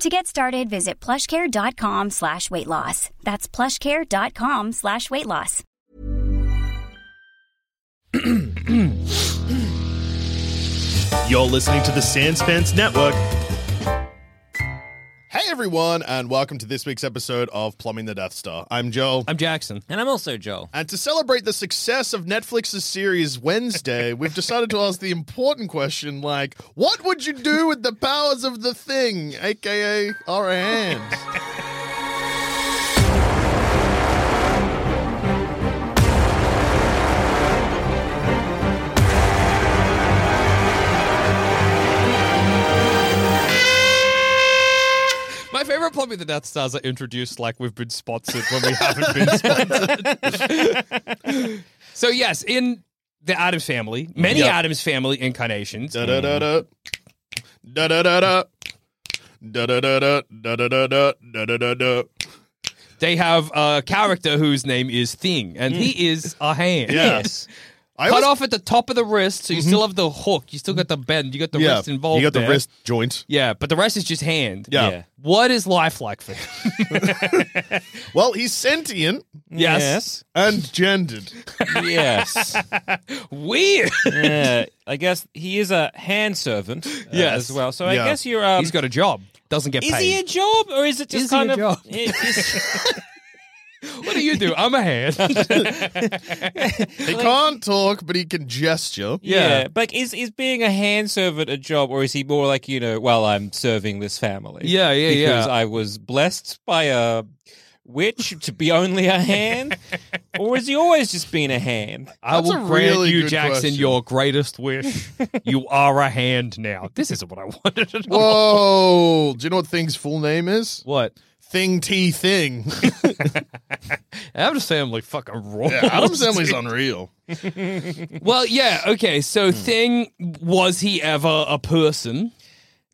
To get started, visit plushcare.com slash weight loss. That's plushcare.com slash weight loss. You're listening to the Sans Fans Network. Hey everyone, and welcome to this week's episode of Plumbing the Death Star. I'm Joel. I'm Jackson. And I'm also Joel. and to celebrate the success of Netflix's series Wednesday, we've decided to ask the important question like, what would you do with the powers of the thing, aka our hands? My favorite plumbing the Death Stars are introduced like we've been sponsored when we haven't been sponsored. so yes, in the Adams family, many Yep. Adams family incarnations. Da da da da. Da da da da. Da da da da da da da da da da da da. They have a character whose name is Thing, and he is a hand. Mm. Yes. I Cut always- Mm-hmm. off at the top of the wrist, so you still have the hook. You still got the bend. You got the yeah, wrist involved. You got the there. wrist joint. Yeah, but the rest is just hand. Yeah. Yeah. What is life like for him? Well, he's sentient Yes. and gendered. Yes. Weird. yeah. I guess he is a hand servant uh, Yes. as well. So Yeah. I guess you're. Um, He's got a job. Doesn't get is paid. he a job or is it just Is he a kind of. job? Is- what do you do? I'm a hand. He can't talk, but he can gesture. Yeah. yeah. But like, is, is being a hand servant a job or is he more like, you know, well, I'm serving this family? Yeah, yeah, because yeah. I was blessed by a witch to be only a hand? or has he always just been a hand? I That's will a grant really you, good Jackson, question. your greatest wish. you are a hand now. This isn't what I wanted at all. Whoa! Do you know what Thing's full name is? What? Thing T Thing. Adam's family fucking rules. Yeah, Adam Sandler's unreal. well, yeah, okay. So, thing was he ever a person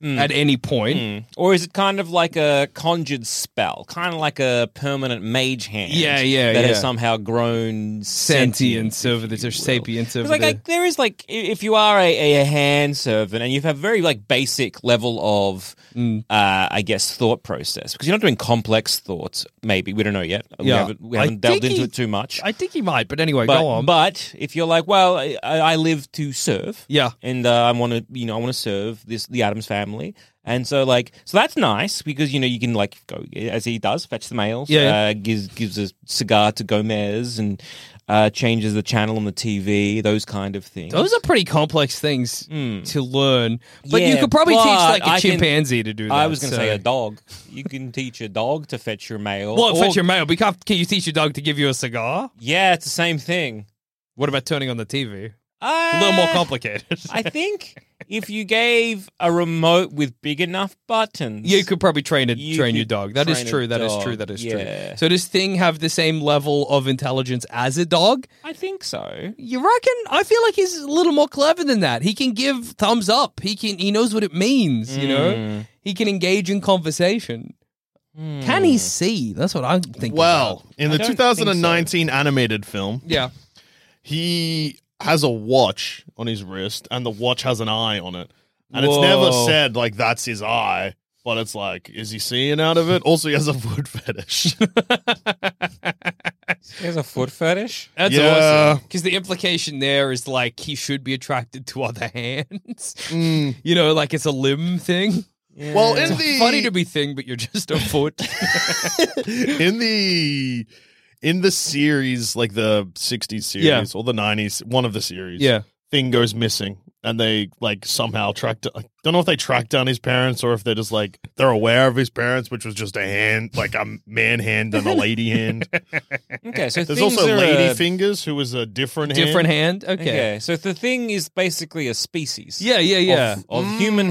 at any point? Or is it kind of like a conjured spell, kind of like a permanent mage hand? Yeah, yeah, that yeah. has somehow grown sentient. Sentience over the or sapience over Because like, the. like there is like i- if you are a, a hand servant and you have very like basic level of Mm. uh, I guess thought process because you're not doing complex thoughts maybe we don't know yet we Yeah. haven't, we I haven't delved think into he- it too much I think he might, but anyway, but go on. but if you're like well I, I live to serve yeah. and uh, I want to, you know, I want to serve this the Adams family, and so like, so that's nice because you know you can like go as he does, fetch the mails, Yeah, yeah. uh, gives gives a cigar to Gomez and uh, changes the channel on the TV, those kind of things. Those are pretty complex things to learn, but you Yeah, could probably teach but like a I can- chimpanzee to do that. I was going to so- say a dog. You can teach a dog to fetch your mail. Well, or- fetch your mail. We can't, can you teach your dog to give you a cigar? yeah, it's the same thing. What about turning on the TV? Uh, A little more complicated. I think if you gave a remote with big enough buttons, You could probably train a, You train your could dog. That is train a true. That is dog, true. That is yeah. true. So does Thing have the same level of intelligence as a dog? I think so. You reckon? I feel like he's a little more clever than that. He can give thumbs up. He can. He knows what it means. You know. He can engage in conversation. Can he see? That's what I'm thinking. Well, about. in the I don't 2019 animated film, yeah. he has a watch on his wrist, and the watch has an eye on it, and it's Whoa. never said like that's his eye. But it's like, is he seeing out of it? Also, he has a wood fetish. He has a foot fetish. That's Yeah. awesome. Because the implication there is like he should be attracted to other hands. You know, like it's a limb thing. Well, in the Funny to be thing, but you're just a foot. in the in the series, like the '60s series Yeah. or the '90s, one of the series, Yeah. thing goes missing, and they like somehow track. I don't know if they track down his parents or if they're just like they're aware of his parents, which was just a hand, like a man hand and a lady hand. Okay, so There's things also are, Lady uh, Fingers, who was a different Different hand. hand. Okay. Okay, so the thing is basically a species. Yeah, yeah, of- yeah. Mm. Of, human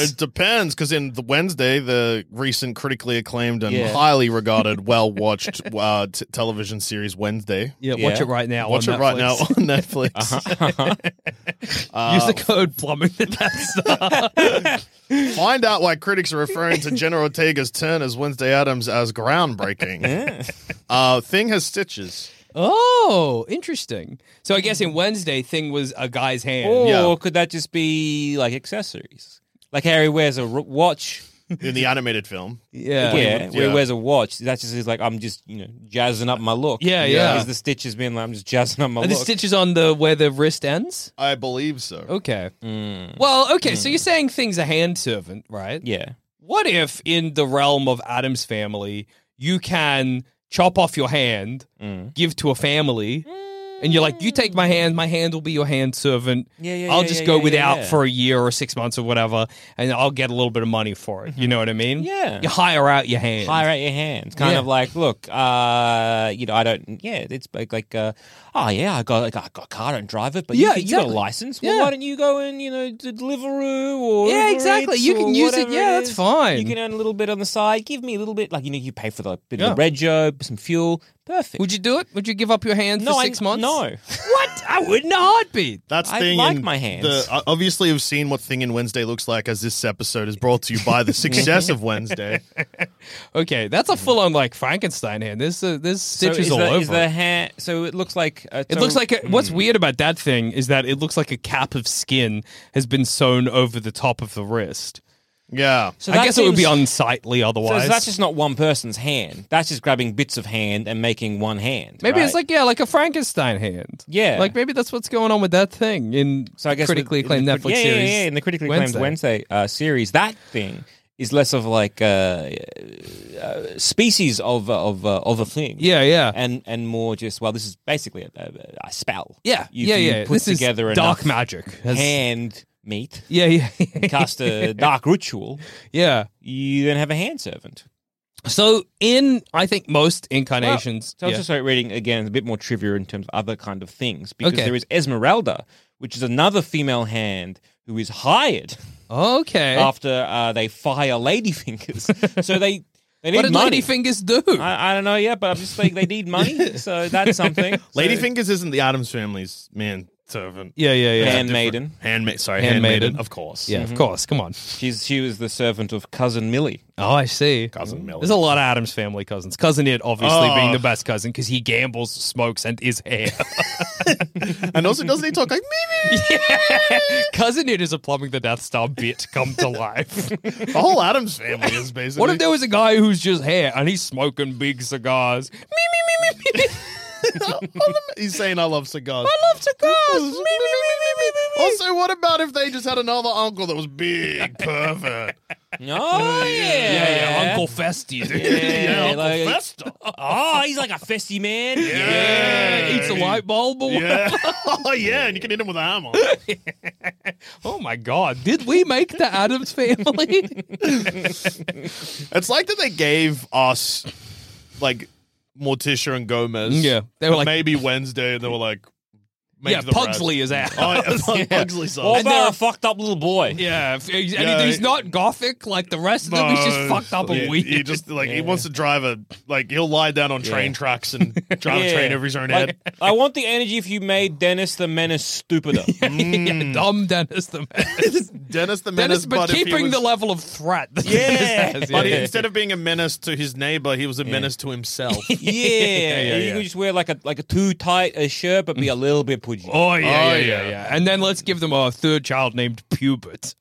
It depends, because in the Wednesday, the recent critically acclaimed and Yeah. highly regarded, well watched uh, t- television series Wednesday. yeah, Yeah. watch it right now. Watch on it right now Netflix. Uh-huh. on Netflix. Use the code plumbing at that star. Find out why critics are referring to General Ortega's turn as Wednesday Adams as groundbreaking. Uh, Thing has stitches. oh, interesting. So I guess in Wednesday thing was a guy's hand. or yeah. could that just be like accessories? Like Harry wears a ro- watch. in the animated film. Yeah. yeah, where yeah. he wears a watch. That just is like I'm just you know jazzing up my look. Yeah, yeah. Is the stitches being like I'm just jazzing up my Are the look? stitches on the where the wrist ends? I believe so. Okay. Well, okay, so you're saying thing's a hand servant, right? yeah. What if in the realm of Adam's family, you can chop off your hand, Mm. give to a family, and you're like, you take my hand, my hand will be your hand servant. Yeah, yeah, I'll yeah, just yeah, go yeah, without yeah. for a year or six months or whatever, and I'll get a little bit of money for it. You know what I mean? Mm-hmm. Yeah. You hire out your hand. Hire out your hands, kind Yeah. of like, look, uh, you know, I don't, yeah, it's like, like, uh, oh yeah, I got, like, I got a car, I don't drive it, but Yeah, yeah, you, can- you got exactly. a license. Well, Yeah. why don't you go and you know, d- Deliveroo or Yeah, Uber exactly. Eats You can or use it. whatever Yeah, that's is. fine. You can earn a little bit on the side. Give me a little bit, like you know, you pay for the bit Yeah. of the rego, some fuel. Perfect. Would you do it? Would you give up your hand no, for I- six months? No. What? I would in a heartbeat. That's I thing. like in my hands. The, uh, obviously, you've seen what Thing in Wednesday looks like, as this episode is brought to you by the success of Wednesday. Okay, that's a full on like Frankenstein hand. There's uh, there's stitches so is all the, over. Is it. the hand? So it looks like a, It looks like a, what's weird about that thing is that it looks like a cap of skin has been sewn over the top of the wrist. Yeah. So I that guess it would be seems- unsightly So otherwise. that's just not one person's hand. That's just grabbing bits of hand and making one hand. maybe it's right? like yeah, like a Frankenstein hand. Yeah. like maybe that's what's going on with that thing in so I guess critically with- in acclaimed the- Netflix yeah, yeah, series. Yeah, in the critically acclaimed Wednesday uh, series, that thing is less of like a uh, species of uh, of uh, of a thing. Yeah, yeah. and and more just well, this is basically a, a, a spell. yeah, you, yeah, you yeah. Put this together is dark enough magic. That's- hand meat, Yeah, yeah, cast a dark ritual. yeah. You then have a hand servant. So in I think most incarnations, Well, so I'll yeah. just start reading again a bit more trivia in terms of other kind of things because Okay. there is Esmeralda, which is another female hand who is hired okay. after uh, they fire Ladyfingers. so they they need what did money. Ladyfingers do? I, I don't know yet, but I'm just like they need money, so that's something. So- Ladyfingers isn't the Adams family's man servant. yeah, yeah, yeah. handmaiden. Handmaid, sorry, Handmaiden. handmaiden, of course. yeah, of course. Come on. She's she was the servant of cousin Millie. Oh, I see. Cousin Millie. There's a lot of Adam's family cousins. Cousin It, obviously, Oh. being the best cousin because he gambles, smokes, and is hair. And also, doesn't he talk like me? cousin It is a plumbing the Death Star bit come to life. The whole Adams family is basically. what if there was a guy who's just hair and he's smoking big cigars? Me, me, me, me, me. He's saying, "I love cigars." I love cigars. Me, me, me, me, me, me, me. Also, what about if they just had another uncle that was big, pervert? Oh yeah, Yeah, yeah, Uncle Festy. Yeah, Uncle like- Fester. Oh, he's like a festy man. Yeah, Eats a light bulb. Or Yeah. oh, yeah, and you can hit him with a hammer. Oh my God! Did we make the Adams family? it's like that they gave us, like, Morticia and Gomez. Yeah, they were but like- maybe Wednesday, and they were like, make yeah, the Pugsley rest. is out. Oh, yeah, Pug- Pugsley's Or on. And they're- about a fucked up little boy. Yeah, if, and Yeah. he's not gothic like the rest of them. He's just fucked up he, and weird. He just like he wants to drive a like he'll lie down on train tracks and drive a train over his own head. Like, I want the energy if you made Dennis the Menace stupider. yeah, dumb Dennis the menace. mm. Dennis the menace, Dennis, but if he keeping was- the level of threat. that Yeah. Dennis has, But yeah. instead of being a menace to his neighbor, he was a menace to himself. yeah, and you yeah. could just wear like a like a too tight a shirt, but be a little bit pudgy. Oh yeah, Oh, yeah, yeah, yeah. yeah. And then let's give them a third child named Pubert.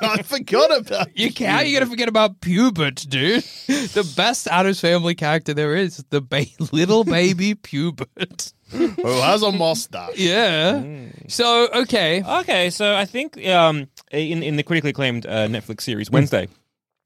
I forgot about You ca- how are you gonna forget about Pubert, dude? The best Adams Family character there is, the ba- little baby Pubert. who has a mustache. Yeah. Mm. So okay, Oh, Hmm. Okay, so I think um, in in the critically acclaimed uh, Netflix series Wednesday,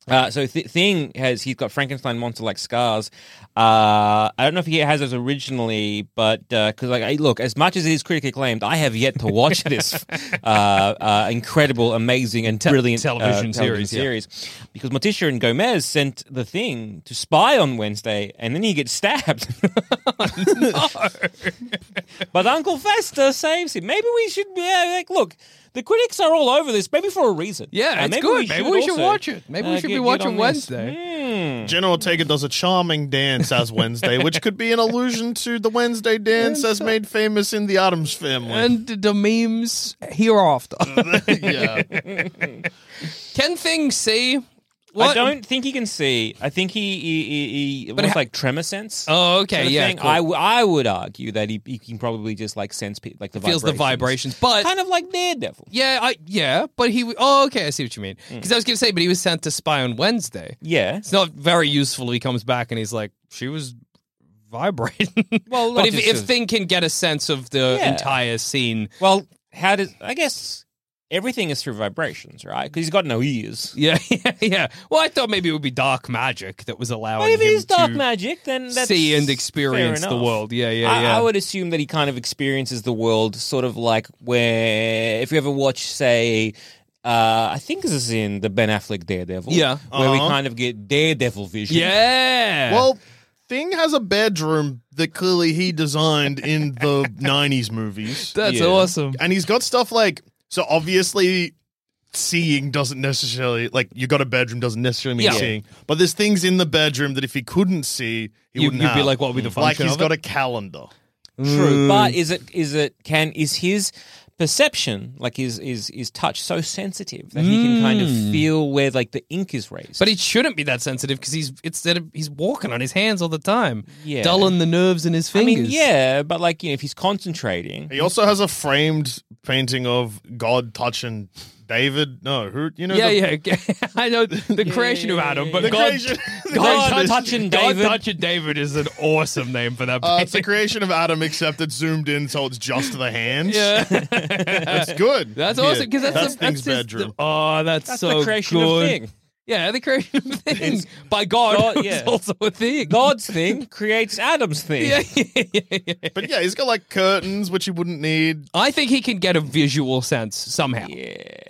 Uh, so Th- Thing has he's got Frankenstein monster like scars. Uh, I don't know if he has those originally, but because like I, look, as much as it is critically acclaimed, I have yet to watch this uh, uh, incredible, amazing, and brilliant uh, television series, yeah. series because Morticia and Gomez sent the Thing to spy on Wednesday, and then he gets stabbed. But Uncle Fester saves him. Maybe we should. Yeah, like, look, the critics are all over this. Maybe for a reason. Yeah, Uh, it's good. Maybe we should also, uh, watch it. Maybe we should be get- get watching on this. Wednesday. Mm. General Ortega does a charming dance as Wednesday, which could be an allusion to the Wednesday dance as made famous in the Adams family. And the memes hereafter. yeah. Can things see? I don't think he can see. I think he he, he, he But what's ha- like tremor sense. Oh, okay, sort of yeah, thing. cool. I, w- I would argue that he, he can probably just like sense pe- like the feels the vibrations, but kind of like Daredevil. yeah, I yeah, but he. w- Oh, okay, I see what you mean. Mm. Because I was gonna say, but he was sent to spy on Wednesday. Yeah. It's not very useful. He comes back and he's like, she was vibrating. Well, but not if just if as- Thing can get a sense of the Yeah. entire scene, Well, how does I guess everything is through vibrations, right? Because he's got no ears. yeah, yeah, yeah. Well, I thought maybe it would be dark magic that was allowing But if it him is dark to magic, then that's see and fair experience the enough. world. Yeah, yeah, I, yeah. I would assume that he kind of experiences the world sort of like where if you ever watch, say, uh, I think this is in the Ben Affleck Daredevil. Yeah. Where we Uh-huh. kind of get Daredevil vision. yeah. Well, Thing has a bedroom that clearly he designed in the 90s movies. that's yeah. awesome. and he's got stuff like so obviously seeing doesn't necessarily like you got a bedroom doesn't necessarily mean Yeah. seeing but there's things in the bedroom that if he couldn't see he You- wouldn't you'd have. be Mm. like, what would be the like function he's of got a calendar True. But is it is it can is his perception, like his is is touch so sensitive that he can kind of feel where like the ink is raised. Hmm. But it shouldn't be that sensitive because he's instead of he's walking on his hands all the time, Yeah. dulling the nerves in his I fingers. mean, yeah, but like you know, if he's concentrating, he also has a framed painting of god touching david no who you know yeah, the, yeah. okay. I know the creation of Adam, but the God, creation, the God, creation- touching God David. touching David is an awesome name for that. uh, painting. it's the creation of adam except it's zoomed in so it's just the hands yeah, that's good that's Yeah. awesome because that's that's the, thing's that's his- bedroom the- oh, that's, that's so the creation good. of thing. Yeah, the creation of things by God, is God, yeah. also a thing. God's thing creates Adam's thing. Yeah, yeah, yeah, yeah. but yeah he's got like curtains which he wouldn't need I think he can get a visual sense somehow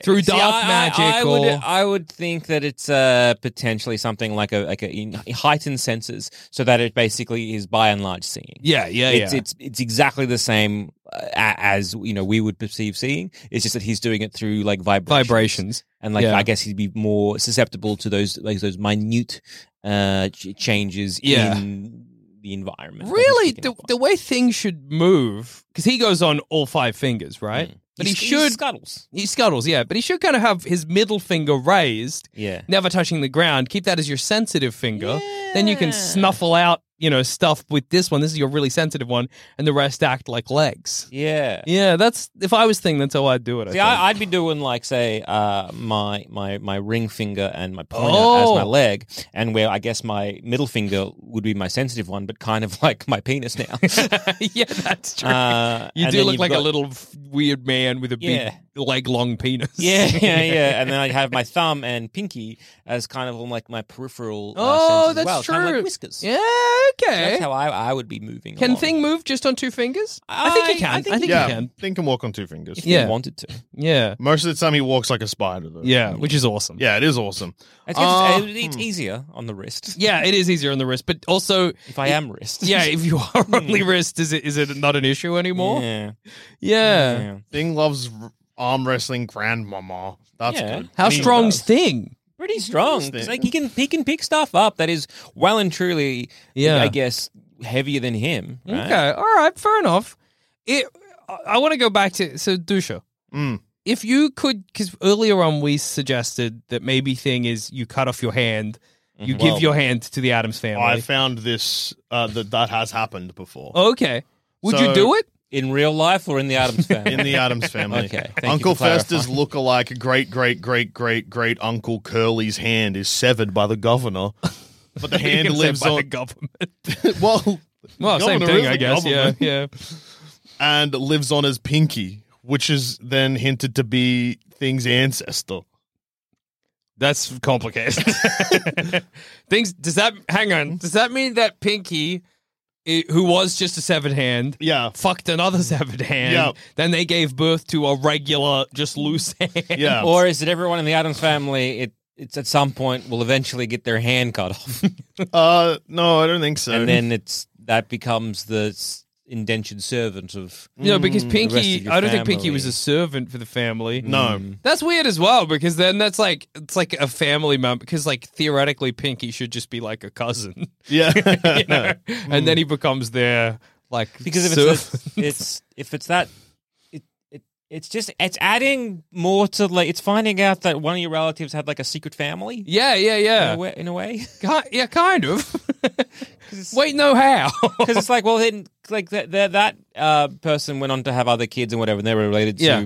through See, dark I- I- magic I, or would, I would think that it's uh, potentially something like a like a in- heightened senses, so that it basically is by and large seeing. yeah, yeah, It's, yeah. it's it's exactly the same uh, a- as you know we would perceive seeing. It's just that he's doing it through like vibrations, vibrations. and like yeah. I guess he'd be more susceptible to those like those minute uh, ch- changes Yeah. in the environment. that he's Really, picking the, up on. the way things should move, because he goes on all five fingers, right? But He's- he Hmm. he should scuttles. he scuttles, yeah. But he should kind of have his middle finger raised, Yeah. never touching the ground. Keep that as your sensitive finger. Then you can snuffle out, you know, stuff with this one. This is your really sensitive one, and the rest act like legs. Yeah. Yeah, that's if I was thing, that's how I'd do it. I See, think. I, I'd be doing like, say, uh, my my my ring finger and my pointer Oh. as my leg, and where I guess my middle finger would be my sensitive one, but kind of like my penis now. yeah, that's true. uh, you and do then look you've like a got- little f- weird man with a Yeah. big leg long penis. Yeah, yeah, yeah, and then I have my thumb and pinky as kind of like my peripheral. Uh, Oh, sense as that's well, true. Kind of like whiskers. Yeah, So okay. that's how I, I would be moving. Can along thing move just on two fingers? I, think he I- can. I I think, think he he yeah can. thing can walk on two fingers if you Yeah. wanted to. Yeah. Most of the time, he walks like a spider, though. Yeah, which is awesome. Yeah, it is awesome. It's, Uh, it's, it's easier on the wrist Oh. Yeah, it is easier on the wrist, but also, if I am wrist. yeah, if you are only wrist, is it is it not an issue anymore? Hmm. Yeah. Yeah. yeah. Thing loves r- arm wrestling grandmama. That's Yeah. good. How I mean, strong's thing? pretty strong. Interesting. It's like he can he can pick stuff up that is well and truly, Yeah. I guess, heavier than him. right? Okay, all right, fair enough. It. I, I want to go back to so Dusha. Mm. If you could, because earlier on we suggested that maybe thing is you cut off your hand, Mm-hmm. you give Well- your hand to the Adams family. Oh. I found this uh, that that has happened before okay, would you So- do it? In real life or in the Adams family? in the Adams family. Okay, thank you Uncle for clarifying. Fester's lookalike great great great great great Uncle Curly's hand is severed by the governor, but the hand lives by on. the government. well, Well, same governor thing, is I the guess. government. Yeah, yeah. and lives on as Pinky, which is then hinted to be Thing's ancestor. That's complicated. Things does that hang on? Does that mean that Pinky, i- who was just a severed hand, Yeah. fucked another severed hand? Yeah. Then they gave birth to a regular, just loose hand. Yeah. Or is it everyone in the Adams family? It it's at some point will eventually get their hand cut off, Uh, no, I don't think so. and then it's that becomes the s- indentured servant of. You know, because Mm, the rest of Pinky, your I don't think Pinky family. Mm. was a servant for the family. no. That's weird as well because then that's like it's like a family member because like theoretically Pinky should just be like a cousin, Yeah. you know, and then he becomes their like Mm. because if servant. it's, it's if it's that it, it it's just it's adding more to like it's finding out that one of your relatives had like a secret family yeah yeah yeah in a way, in a way. Ki- yeah kind of wait no how Because it's like, well, then, like that that, that uh, person went on to have other kids and whatever, and they were related to Yeah.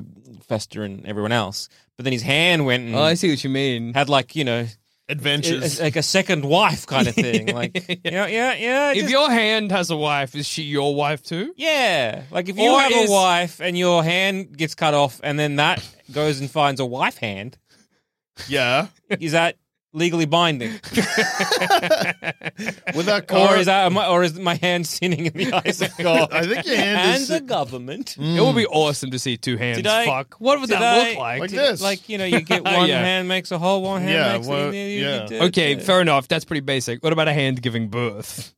Fester and everyone else. But then his hand went and oh, I see what you mean had like you know, Adventures. a- like a second wife kind of thing. Like yeah, yeah, yeah. if just- your hand has a wife is she your wife too yeah, like if you Or have is- a wife and your hand gets cut off, and then that goes and finds a wife hand, yeah. is that legally binding, Without or that? is that am I- or is my hand sinning in the eyes of God? I think your hand and is the government. it would be awesome to see two hands Did I- fuck what would did that I- look like like this. Like you know, you get one Yeah. hand makes a whole, one hand Yeah, makes well, you- you- yeah. you- okay uh, fair enough that's pretty basic what about a hand giving birth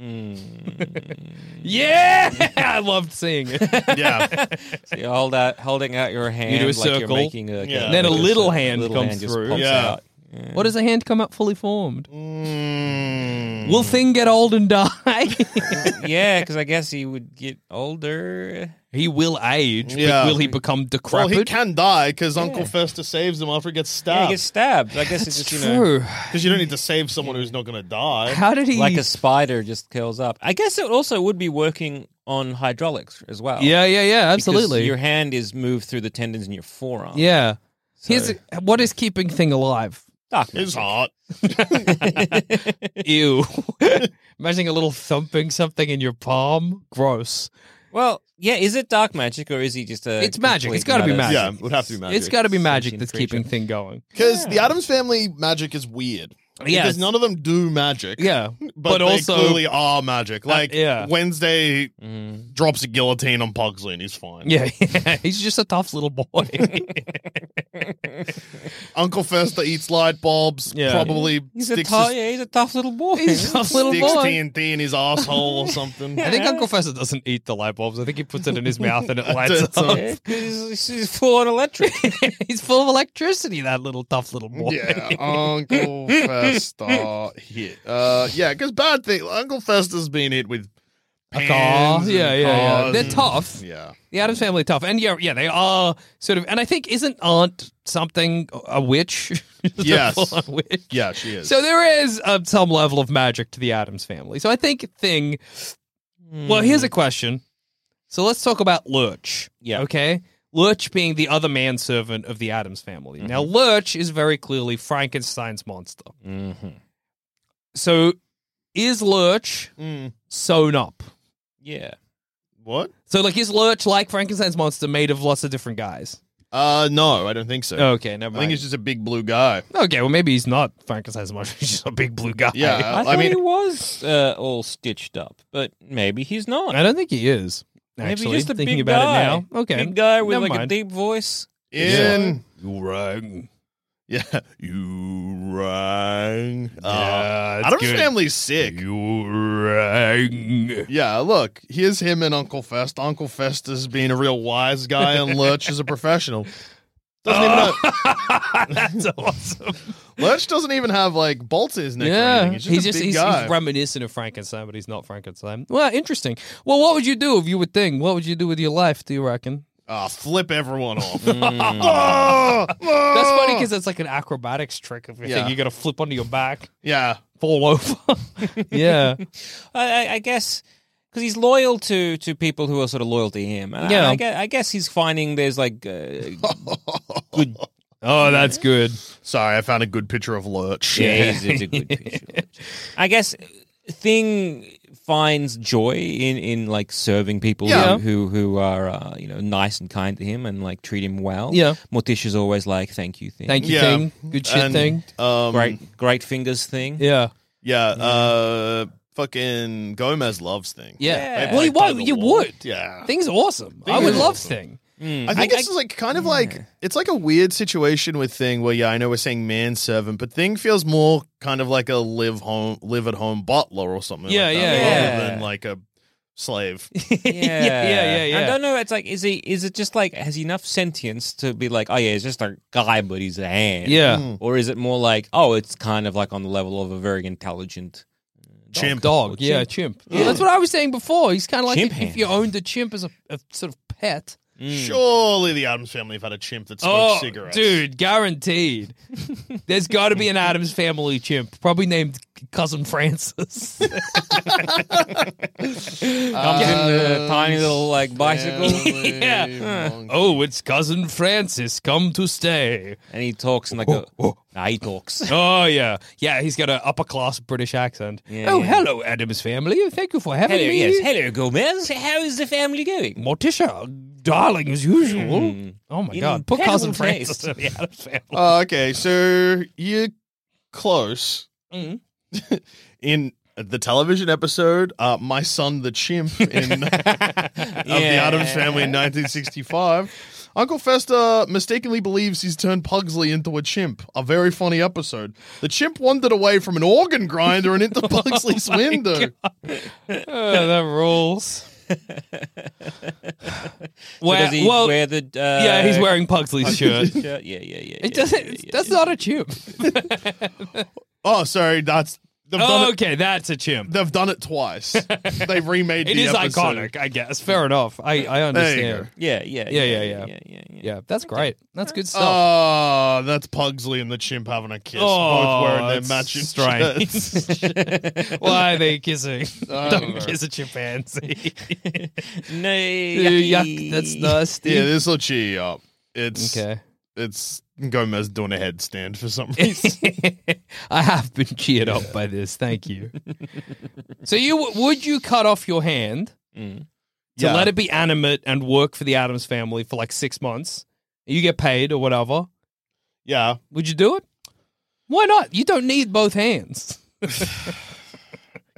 mm. yeah I loved seeing it yeah. so you hold out, holding out your hand, do a like circle, you're making a, Yeah. like then a little circle, hand little comes hand just through. pops Yeah. out. Yeah. What does a hand come up fully formed? Mm. Will Thing get old and die? yeah, because I guess he would get older. he will age, Yeah. but will he become well, decrepit? he can die because Uncle Fester saves him after he gets Yeah, stabbed. he gets stabbed. I guess it's just you know, True. Because you don't need to save someone who's not going to die. How did he? like a spider just curls up. I guess it also would be working on hydraulics as well. yeah, yeah, yeah. Oh. because Absolutely. Your hand is moved through the tendons in your forearm. Yeah. so- Here's what is keeping Thing alive. Dark His magic. heart. Ew. Imagining a little thumping something in your palm. Gross. Well, yeah, is it dark magic or is he just a? It's magic. complete It's gotta be nut as- magic. Yeah, it would have to be magic. It's got to be magic Sentient that's creature. keeping Thing going. Because the Adams family magic is weird. Yeah, Because it's- none of them do magic. Yeah, But, but they also- clearly are magic. Like yeah. Wednesday drops a guillotine on Pugsley and he's fine. Yeah, he's just a tough little boy. Uncle Fester eats light bulbs. Yeah. Probably He's a, sticks tough, his, yeah, he's a tough little boy. he's a tough little sticks boy. TNT in his asshole or something. I think Uncle Fester doesn't eat the light bulbs. I think he puts it in his mouth and it That's lights all. up. Yeah, 'cause he's, he's full on electric. He's full of electricity, that little tough little boy. Yeah, Uncle Fester hit. Uh, yeah, because bad thing. Uncle Fester's been hit with A car. pans Yeah, yeah, and yeah. cars They're and- tough. Yeah, The Adams family are tough. And yeah, yeah, they are sort of and I think isn't Aunt something a witch? Just a Yes. full-on witch. yeah, she is. So there is uh, some level of magic to the Adams family. So I think thing Well, here's a question. So let's talk about Lurch. Yeah. Okay. Lurch being the other manservant of the Adams family. Now, Lurch is very clearly Frankenstein's monster. Mhm. So is Lurch Mm, sewn up? Yeah. what? So, like, is Lurch like Frankenstein's monster made of lots of different guys? Uh, no, I don't think so. Okay, never I think mind. he's just a big blue guy. okay, well, maybe he's not Frankenstein's monster. He's just a big blue guy. Yeah, I, I, thought mean, he was uh, all stitched up, but maybe he's not. I don't think he is. Maybe actually, just a thinking big about guy. it now. Okay. Big guy with never like a mind. deep voice. in You rang. yeah, you rang. Yeah, Uh, it's Adam's good. family's sick. You rang. Yeah, look, here's him and Uncle Fest. Uncle Fest is being a real wise guy, and Lurch is a professional. Doesn't even know. That's awesome. Lurch doesn't even have like bolts in his neck. or anything. he's just a big he's, guy. he's reminiscent of Frankenstein, but he's not Frankenstein. Well, interesting. Well, what would you do if you were Thing? What would you do with your life? Do you reckon? Ah, flip everyone off. Mm. Ah, ah. That's funny because it's like an acrobatics trick of your Yeah. thing. You got to flip onto your back, yeah, fall over. yeah, I, I, I guess because he's loyal to to people who are sort of loyal to him. And Yeah. I, I, guess, I guess he's finding there's like uh, good. Oh, that's good. sorry, I found a good picture of Lurch. Yeah, he's- it's a good picture. I guess uh, thing finds joy in in like serving people Yeah. who, who who are uh, you know nice and kind to him and like treat him well. Yeah. Morticia's always like, "Thank you, thing. Thank you, Yeah. thing. Good shit, And, thing. Um, great, great fingers thing." Yeah. Yeah. Uh, fucking Gomez loves thing. Yeah. Yeah. Well, you, Like, by why, the you wall. would. Yeah. Thing's awesome. I would is love awesome. Thing. I think Hmm. I- this is like kind of like it's like a weird situation with Thing where yeah, I know we're saying manservant, but Thing feels more kind of like a live home live at home butler or something. Yeah, like that, yeah, rather yeah. than like a slave. yeah, yeah, yeah, yeah. I don't know. It's like, is he? Is it just like has he enough sentience to be like, oh yeah, it's just a guy, but he's a hand. Yeah. Or is it more like, oh, it's kind of like on the level of a very intelligent Chimp. Dog. Yeah, chimp. chimp. That's what I was saying before. He's kind of like Chimp if, if hand. you owned a chimp as a, a sort of pet. Mm. Surely the Adams family have had a chimp that smokes Mm. Oh, cigarettes. dude, guaranteed. There's got to be an Adams family chimp, probably named Cousin Francis. comes in the tiny little like bicycle, Yeah. oh, it's Cousin Francis come to stay. and he talks and like, Oh, a, nah, he talks. Oh yeah, yeah. He's got an upper class British accent. Yeah, oh, yeah. hello, Adams family. Thank you for having Hello, me. yes, hello, Gomez. How is the family going? Morticia, darling, as usual. Oh my God, put cousin Incredible Francis in the Adams family. Uh, okay, so you're close Mm-hmm. in the television episode. Uh, my son, the chimp, in of the Adams family in 1965. Uncle Fester mistakenly believes he's turned Pugsley into a chimp. A very funny episode. The chimp wandered away from an organ grinder and into Pugsley's window. Oh, that rules. So Where- does he well, wear the? Uh, yeah, he's wearing Pugsley's shirt. shirt. Yeah, yeah, yeah. yeah, It doesn't. yeah, yeah, that's yeah. not a chimp. Oh, sorry, that's they've done Oh, it. okay, that's a chimp. They've done it twice. They've remade It the is episode. iconic, I guess. Fair enough. I I There you understand. Yeah, yeah, Yeah, yeah, yeah. yeah, yeah, yeah. Yeah, that's great. That's good stuff. Oh, that's Pugsley and the chimp having a kiss, Oh, both wearing their that's matching strange. shirts. Why are they kissing? I don't don't know. kiss a chimpanzee. No, Ew, Yuck, that's nasty. yeah, this will cheer you up. It's okay. it's Gomez doing a headstand for some reason. I have been cheered up by this. Thank you. so you would you cut off your hand to Mm. Yeah. let it be animate and work for the Adams family for like six months? You get paid or whatever. yeah. Would you do it? Why not? You don't need both hands.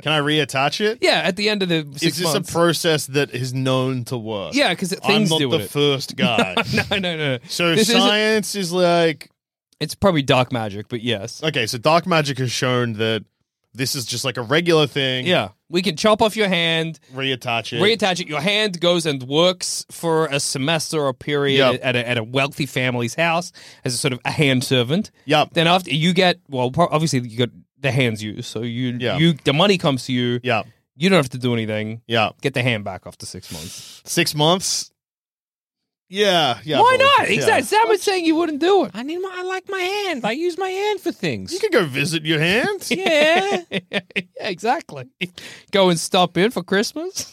Can I reattach it? Yeah, at the end of the six is this months. a process that is known to work? yeah, because I'm things not do the it. first guy. no, no, no. So This isn't- science is like It's probably dark magic, but yes. okay. So dark magic has shown that this is just like a regular thing. Yeah, we can chop off your hand, reattach it. reattach it. Your hand goes and works for a semester or period Yep. at, a, at a wealthy family's house as a sort of a hand servant. Yep. Then after you get, well, pro- obviously you got the hands used, so you Yeah. you the money comes to you. yeah, You don't have to do anything. yeah. Get the hand back after six months. Six months. Yeah, yeah. Why probably. not? Yeah. Exactly. Sam was saying you wouldn't do it. I need my. I like my hand. I use my hand for things. You can go visit your hands. Yeah. yeah, exactly. Go and stop in for Christmas.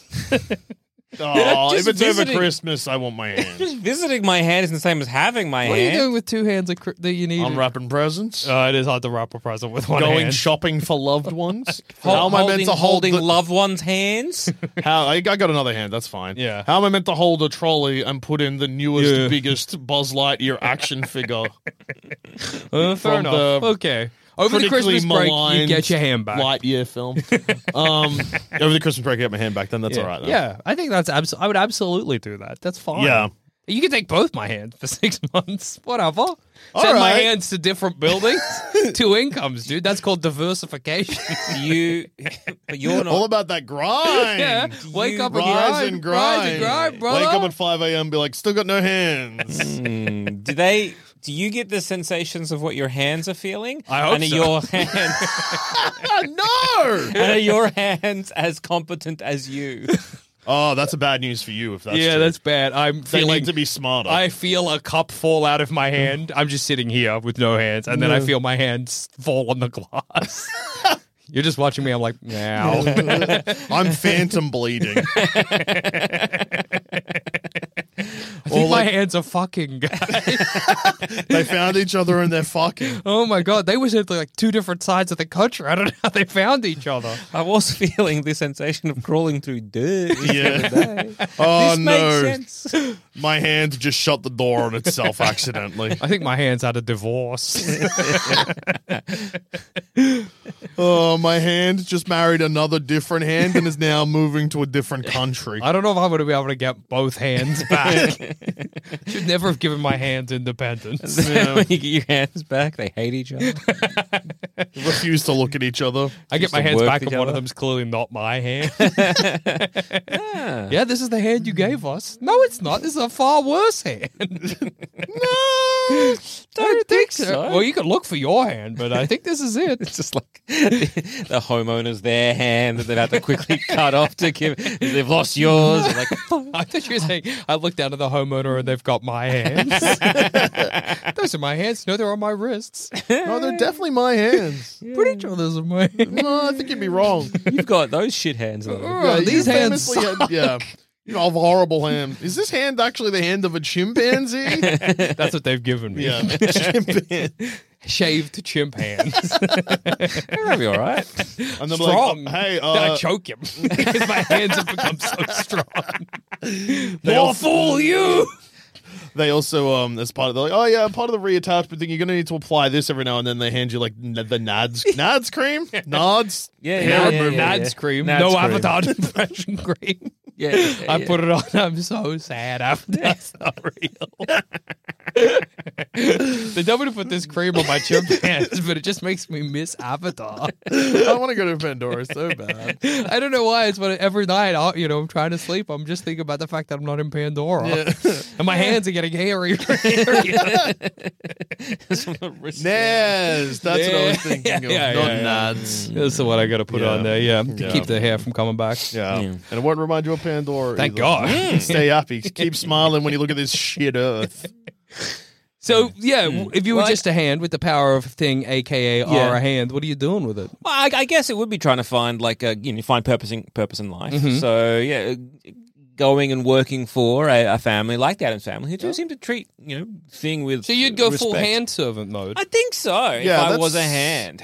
Oh, if Just it's visiting. over Christmas, I want my hand. Just visiting my hand isn't the same as having my What are you hand. doing with two hands that cr- that you need? I'm wrapping presents. Uh, it is hard to wrap a present with one going hand. shopping for loved ones. Hol- How am I meant to hold holding the- loved ones' hands? How I, I got another hand. That's fine. Yeah. How am I meant to hold a trolley and put in the newest, Yeah. biggest Buzz Lightyear action figure? Uh, fair from enough. the okay. Over the Critically Christmas break, you maligned get your hand back. Lightyear film. um, over the Christmas break, I got my hand back. Then that's yeah. all right. Then. yeah, I think that's abs- I would absolutely do that. That's fine. Yeah. You can take both my hands for six months. Whatever. Send All my right. hands to different buildings, two incomes, dude. That's called diversification. you, but you're not. All about that grind. yeah. Wake you up and Rise grind, and grind. rise and grind, brother. Wake up at 5 a.m. Be like, still got no hands. Mm, do they? Do you get the sensations of what your hands are feeling? I hope and are so. your hands no. and are your hands as competent as you? Oh, that's a bad news for you. If that's yeah, true. that's bad. I'm They feeling need to be smarter. I feel a cup fall out of my hand. I'm just sitting here with no hands, and then I feel my hands fall on the glass. You're just watching me. I'm like, now. I'm phantom bleeding. I think my hands are fucking, guys. They found each other and they're fucking. oh my god, they was at like two different sides of the country. I don't know how they found each other. I was feeling the sensation of crawling through dirt. Yeah. oh this no. makes sense. My hand just shut the door on itself accidentally. I think my hands had a divorce. Oh, my hand just married another different hand and is now moving to a different country. I don't know if I'm going to be able to get both hands back. Should never have given my hands independence. when you get your hands back, they hate each other. refuse to look at each other. I get Used my to hands work back, and one together. of them's clearly not my hand. yeah, this is the hand you gave us. No, it's not. This is a far worse hand. no, don't think so. so. Well, you could look for your hand, but I think this is it. It's just like the, the homeowner's their hand that they've had to quickly cut off to give. They've lost yours. They're Like, I thought you were saying I look down at the homeowner and they've got my hands. Those are my hands. No, they're on my wrists. No, Oh, they're definitely my hands. Pretty sure those are my hands. No, I think you'd be wrong. you've got those shit hands. though. Oh, you these hands famously had- yeah. You have horrible hand. Is this hand actually the hand of a chimpanzee? That's what they've given me. yeah. Chimpanzee. Shaved chimp hands. That'll be all right. And then strong. like, hey, then I uh, choke him because my hands have become so strong. they, More also, fool you! they also, um, as part of the, like, oh yeah, part of the reattachment thing, you're gonna need to apply this every now and then. They hand you like n- the nads, nads cream, nods. Yeah, hair yeah, yeah, removal. yeah, yeah. Nads cream. Nads no cream. avatar impression cream. Yeah, yeah, yeah, I yeah. put it on. I'm so sad. I'm that's not real. they told me to put this cream on my chimp hands, but it just makes me miss Avatar. I want to go to Pandora so bad. I don't know why. It's but every night, I, you know, I'm trying to sleep. I'm just thinking about the fact that I'm not in Pandora, and my hands are getting hairy. Nas, that's what I was thinking of. Yeah, yeah, not yeah, yeah. nads. That's the one I got to put Yeah. on there. Yeah, to Yeah. keep the hair from coming back. Yeah. And it won't remind you of Pandora. Thank either. God. Stay happy. Keep smiling when you look at this shit earth. Mm. So yeah, w if you were Like- just a hand with the power of a thing, aka Yeah. are a hand, what are you doing with it? Well, I, I guess it would be trying to find like a you know find purpose in purpose in life. Mm-hmm. So yeah, uh, going and working for a, a family like the Adams family who do seem to treat you know thing with So you'd go full respect. hand servant mode. I think so. Yeah, if I that's- was a hand.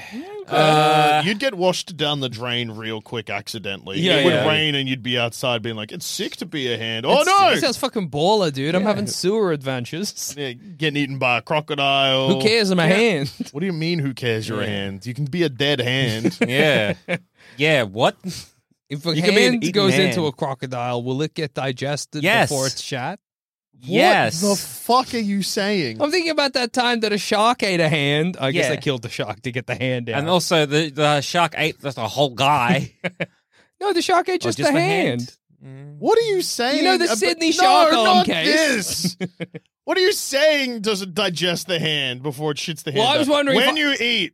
Uh, you'd get washed down the drain real quick accidentally. Yeah, it would yeah. rain and you'd be outside being like, it's sick to be a hand. Oh, That no! sounds fucking baller, dude. I'm having sewer adventures. Yeah, getting eaten by a crocodile. Who cares? I'm a hand. What do you mean, who cares you're a hand? You can be a dead hand. Yeah. yeah. What? If a You could be an hand eaten goes hand. into a crocodile, will it get digested Yes. before it's shot? yes. What the fuck are you saying? I'm thinking about that time that a shark ate a hand. I guess Yeah. I killed the shark to get the hand out. and also the, the shark ate the the whole guy. Or no, the shark ate just, Oh, just a the hand. What are you saying? You know the ab- Sydney shark no, arm not This. case? what are you saying? Doesn't digest the hand before it shits the hand. Well, I was out? wondering if when I- you eat.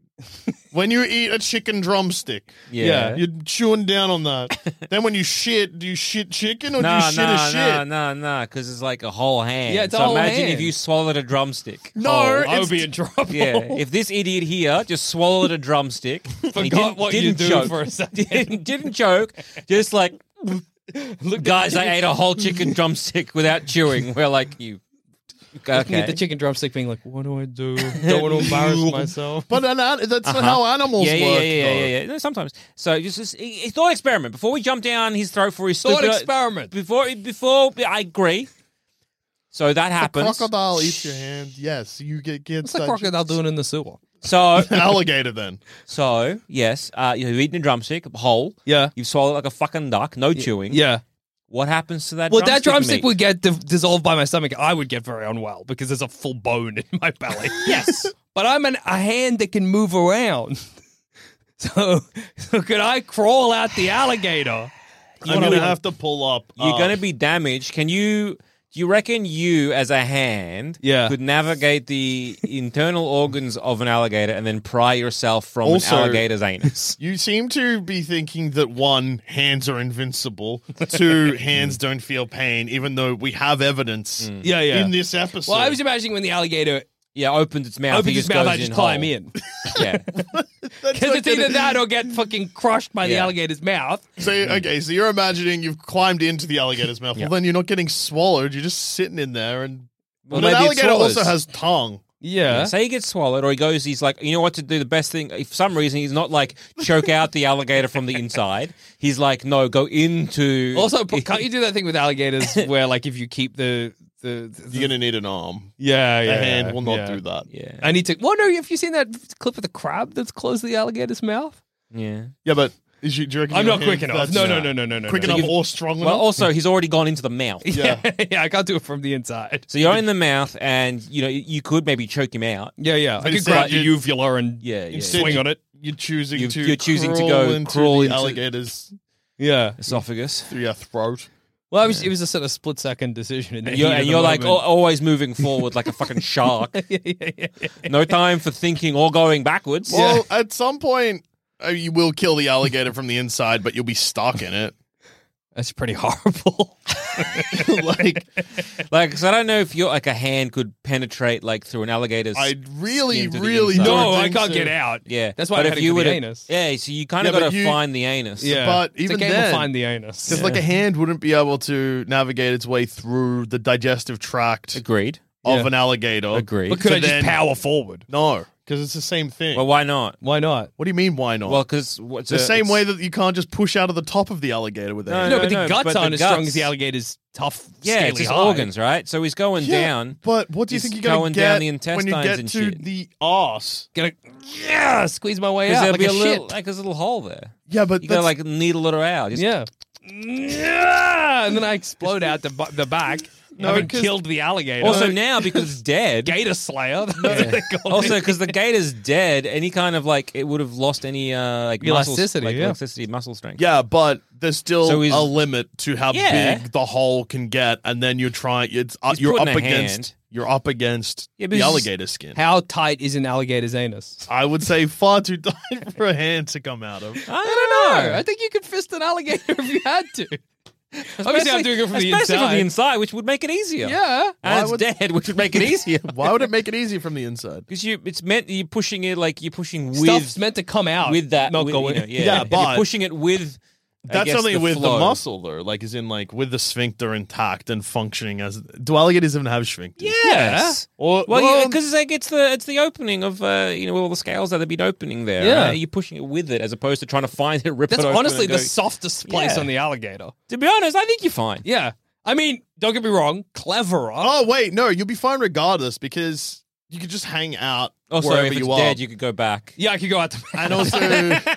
When you eat a chicken drumstick, Yeah. you're chewing down on that. then when you shit, do you shit chicken or do No, you shit no, a no, shit? no, no, because it's like a whole hand. Yeah, it's a so whole imagine hand. if you swallowed a drumstick. No, I it's- would Oh, be in trouble. Yeah, if this idiot here just swallowed a drumstick, and he Forgot didn't, what you didn't do choke, for a second. didn't, didn't choke, just like Look, guys, I ate a whole chicken drumstick without chewing. We're like you, Looking okay, at the chicken drumstick being like, what do I do? Don't want to embarrass myself. But an an- that's not how animals yeah, yeah, work. yeah, yeah, though. yeah, yeah. No, sometimes. So just, just it's thought experiment. Before we jump down his throat for his Thought stupid- experiment. Before, before I agree. So that The happens. crocodile eats your hand. Yes, you get gets What's the digest- crocodile doing in the sewer? So An alligator then. So yes, uh, you've eaten a drumstick whole. Yeah. you've swallowed like a fucking duck. No chewing. Yeah. What happens to that? Well, that drumstick drumstick meat? would get di- dissolved by my stomach. I would get very unwell because there's a full bone in my belly. yes, but I'm an, a hand that can move around. So, so could I crawl out the alligator? I'm gonna have to pull up. You're uh, Oh. gonna be damaged. Can you? Do you reckon you, as a hand, Yeah. could navigate the internal organs of an alligator and then pry yourself from Also- an alligator's anus? You seem to be thinking that one, hands are invincible. Two, Mm. hands don't feel pain, even though we have evidence Yeah, yeah. in this episode. well, I was imagining when the alligator Yeah, opens its mouth. opens it his just mouth, goes I just in climb whole. in Yeah, because it's either that or get fucking crushed by the Yeah. alligator's mouth. so, okay, so you're imagining you've climbed into the alligator's mouth. Well, then you're not getting swallowed. You're just sitting in there and Well, but an maybe it alligator also swallows. has tongue. Yeah. Say he gets swallowed, or he goes. He's like, you know what to do. The best thing, if for some reason he's not like choke out the alligator from the inside. He's like, no, go into. Also, p- can't you do that thing with alligators where, like, if you keep the the, the- You're gonna need an arm. yeah, yeah, a hand will not yeah. do that. Yeah. yeah, I need to. Well, no. Have you seen that clip of the crab that's closed the alligator's mouth? yeah. but is you, do you reckon I'm your not quick hand- enough. that's- No, no, no, no, no, no. Quick no. enough or strong Well, enough? also he's already gone into the mouth. Yeah. yeah, I can't do it from the inside. So you're in the mouth, and you know you could maybe choke him out. Yeah, yeah. I But could instead grab the you- uvula and Yeah, yeah. Instead swing you- on it. you're choosing you- to you're choosing to crawl go into crawl the into- alligator's Yeah. Esophagus. through your throat. Well, it was, it was a sort of split second decision. In the And you're, heat of and the you're like al moment. always moving forward like a fucking shark. yeah, yeah, yeah, yeah. No time for thinking or going backwards. Well, at some point uh, you will kill the alligator from the inside, but you'll be stuck in it. "Oh, That's pretty horrible. like Like, so I don't know if you're like a hand could penetrate like through an alligator's. I really, Into the really inside. don't no, I think can't so. get out. yeah, That's why But I had if it you you the would've- anus. yeah, so you kind Yeah, of but got to you- find the anus. But It's a even game of then- find the anus. Because like a hand wouldn't be able to navigate its way through the digestive tract agreed, of Yeah. an alligator. agreed. But could So I just then- power forward? No, because it's the same thing. well, why not? Why not? what do you mean? Why not? Well, because what's it's the same way that you can't just push out of the top of the alligator with a No, hand. No, but the no, guts but the aren't as strong guts- as the alligator's tough, yeah, scaly it's his hide. organs, right? So he's going Yeah, down. But what do you He's think you're gonna going get down the when you intestines get and to shit. the ass? Gonna yeah, squeeze my way Because out there'll like be a, a little, shit. like there's a little hole there. Yeah, but You gotta that's- like needle it around. Just- yeah. Yeah, and then I explode out the bu- the back. No, having killed the alligator. Also now because it's dead. gator slayer. That's what they call Also it. because the gator's dead, any kind of like it would have lost any uh like muscle- Elasticity, like yeah. elasticity, muscle strength. yeah, but there's still So he's- a limit to how Yeah. big the hole can get, and then you're trying. It's uh, He's you're up putting a against hand. you're up against Yeah, but the he's- alligator skin. How tight is an alligator's anus? I would say far too tight for a hand to come out of. I don't know. I think you could fist an alligator if you had to. Obviously, I'm Especially- doing it from the especially inside. from the inside, which would make it easier. yeah. and Why it's would- dead, which would make it easier. Why would it make it easy from the inside? Because you, it's meant you're pushing it like you're pushing Stuff's with meant to come out with that. not with, go you in. know, yeah, Yeah, And you're but- pushing it with. I That's guess, only with flow. the muscle, though. Like, is in like with the sphincter intact and functioning as. Do alligators even have sphincters? Yes. Or Well, well, because it's like it's the it's the opening of uh, you know all the scales that have been opening there. Yeah. right? you're pushing it with it as opposed to trying to find it, rip That's it open. honestly and the go- softest place Yeah. on the alligator. to be honest, I think you're fine. Yeah. I mean, don't get me wrong, cleverer. oh wait, no, you'll be fine regardless because you could just hang out Also, wherever Oh, if it's you are. dead, you could go back. Yeah, I could go out the and also, no,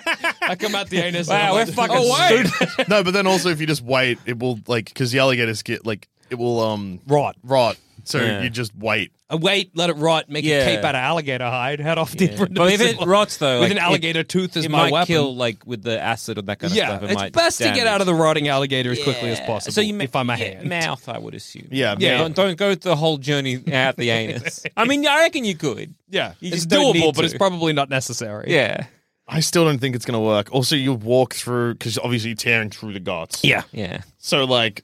I come out the anus. Wow, we're and I'm like, fucking oh, wait. stupid. but then also if you just wait, it will like because the alligators get like it will um Rot. rot. So Yeah. you just wait. Uh, Wait, let it rot, make Yeah. a cape out of alligator hide, head off Yeah. different. But if it rots, though, with like, an it- alligator tooth as it my might weapon. kill like with the acid or that kind yeah, of stuff. It it's might best to get damage. out of the rotting alligator as Yeah. quickly as possible. So you ma- if I'm a yeah, hand. mouth, I would assume. Yeah, Yeah. Don't, don't go the whole journey out the anus. I mean, I reckon you could. Yeah, You it's just don't doable, need but it's to. probably not necessary. Yeah, I still don't think it's gonna work. Also, you walk through because obviously you're tearing through the guts. yeah. yeah. So like,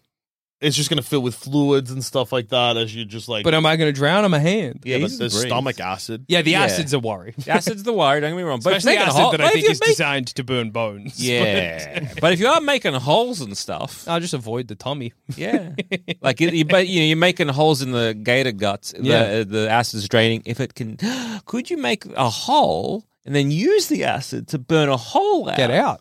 it's just gonna fill with fluids and stuff like that as you just like. But uh, am I going to drown on my hand? Yeah, yeah, you but just there's breathe. stomach acid. Yeah, the Yeah. acid's a worry. Acid's the worry. Don't get me wrong, but if Especially you're making acid hol- that but I if think you're is making- designed to burn bones. Yeah, but if you are making holes and stuff, I'll just avoid the tummy. yeah, like you, you, but you know, you're making holes in the gator guts. Yeah. The, uh, the acid's draining. If it can, could you make a hole and then use the acid to burn a hole out? Get out.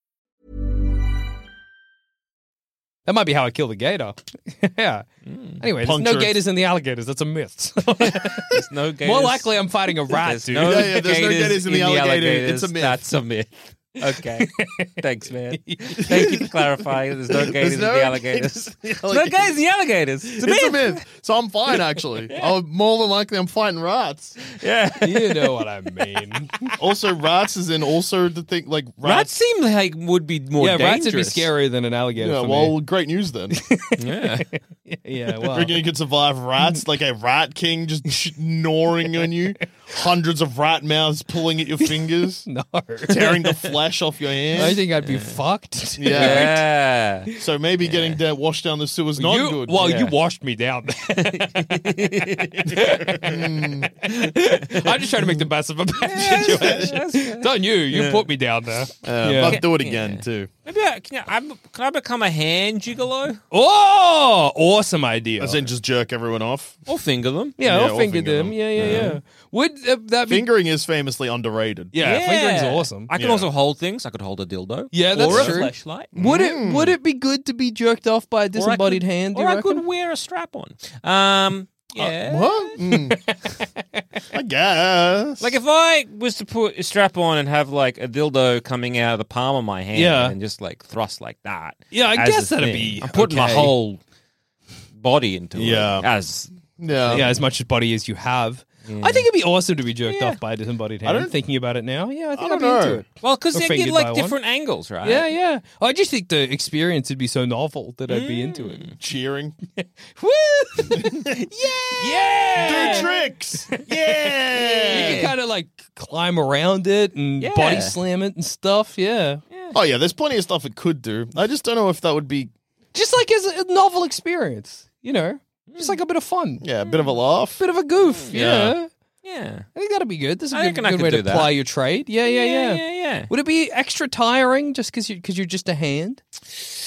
That might be how I kill the gator. yeah. Hmm. Anyway, there's no Puncture- gators in the alligators. That's a myth. There's no gators. More likely, I'm fighting a rat, there's dude. no, Yeah, yeah, there's no gators in the alligator. alligators. It's a myth. That's a myth. Okay. Thanks, man. Thank you for clarifying. There's no gators in no the alligators. gators in the There's no gators in the alligators. It's a myth. It's a myth. So I'm fine, actually. I'm more than likely I'm fighting rats. Yeah. You know what I mean. Also, rats is in also the thing like Rats rats. seem like would be more yeah, rats dangerous. would be scarier than an alligator. yeah, for well, great news then. be scary. Yeah. me. yeah, well, Reckon you could survive rats like a rat king just sh- gnawing on you, hundreds of rat mouths pulling at your fingers, no. tearing the flesh off your I hands. think I'd be fucked. yeah. Yeah. So maybe getting that washed down the sewer's not you, good. Well, Yeah. you washed me down. I'm just trying to make the best of a bad situation. Done you. You put me down there. Uh, yeah. But do it again too. Maybe I, can, I, I'm- can I become a hand gigolo? Oh, awesome idea. As in, just jerk everyone off. Or finger them? yeah, yeah, I'll I'll finger, finger them. them. Yeah, yeah, yeah. Would uh, that be? Fingering is famously underrated. yeah, fingering's awesome. I can Yeah. also hold things. I could hold a dildo. Yeah, that's or a true. flashlight. would Mm. it would it be good to be jerked off by a Or I disembodied could- hand? do Or you I could reckon? Uh, wear a strap on. Um, yeah. What? Mm. I guess. Like if I was to put a strap on and have like a dildo coming out of the palm of my hand Yeah. and just like thrust like that. Yeah, I as guess the that'd thing, be I'm putting my okay. whole body into Yeah. it. As Um, yeah. yeah, as much as body as you have. I think it'd be awesome to be jerked off by a disembodied hand. I'm thinking about it now. Yeah, I think I I'd don't be into know. it. well, because Or they get fingered by like one. different angles, right? Yeah, yeah. I just think the experience would be so novel that I'd be into Mm. it. Cheering. Woo! yeah! Do tricks. Yeah. You can kind of like climb around it and Yeah. body slam it and stuff. Yeah. Oh yeah, there's plenty of stuff it could do. I just don't know if that would be Just like as a novel experience, you know? Just like a bit of fun. yeah a bit of a laugh. Bit of a goof. Yeah. Yeah. Mm. Yeah. I think that'd be good. This is a I good, reckon I good could way to do that. apply your trade. Yeah, yeah, yeah. Yeah, yeah, yeah. Would it be extra tiring just because you, cause you're just a hand?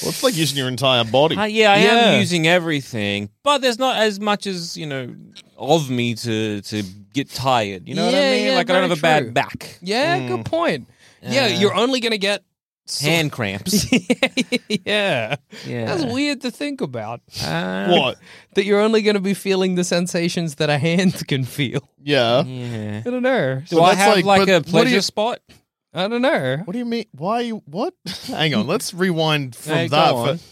Well, it's like using your entire body. Uh, yeah, I Yeah. am using everything, but there's not as much as you know of me to to get tired. You know what Yeah, I mean? yeah, like I very don't have a bad true. back, Yeah, good point. Yeah, Mm. Yeah. you're only going to get. hand cramps. yeah. yeah, That's weird to think about. Uh, What? that you're only going to be feeling the sensations that a hand can feel. Yeah. Yeah. I don't know. Do But I that's have like- like, but a what do pleasure you- spot? I don't know. What do you mean? Why? you- What? Hang on. Let's rewind from Hey, go that. on. for-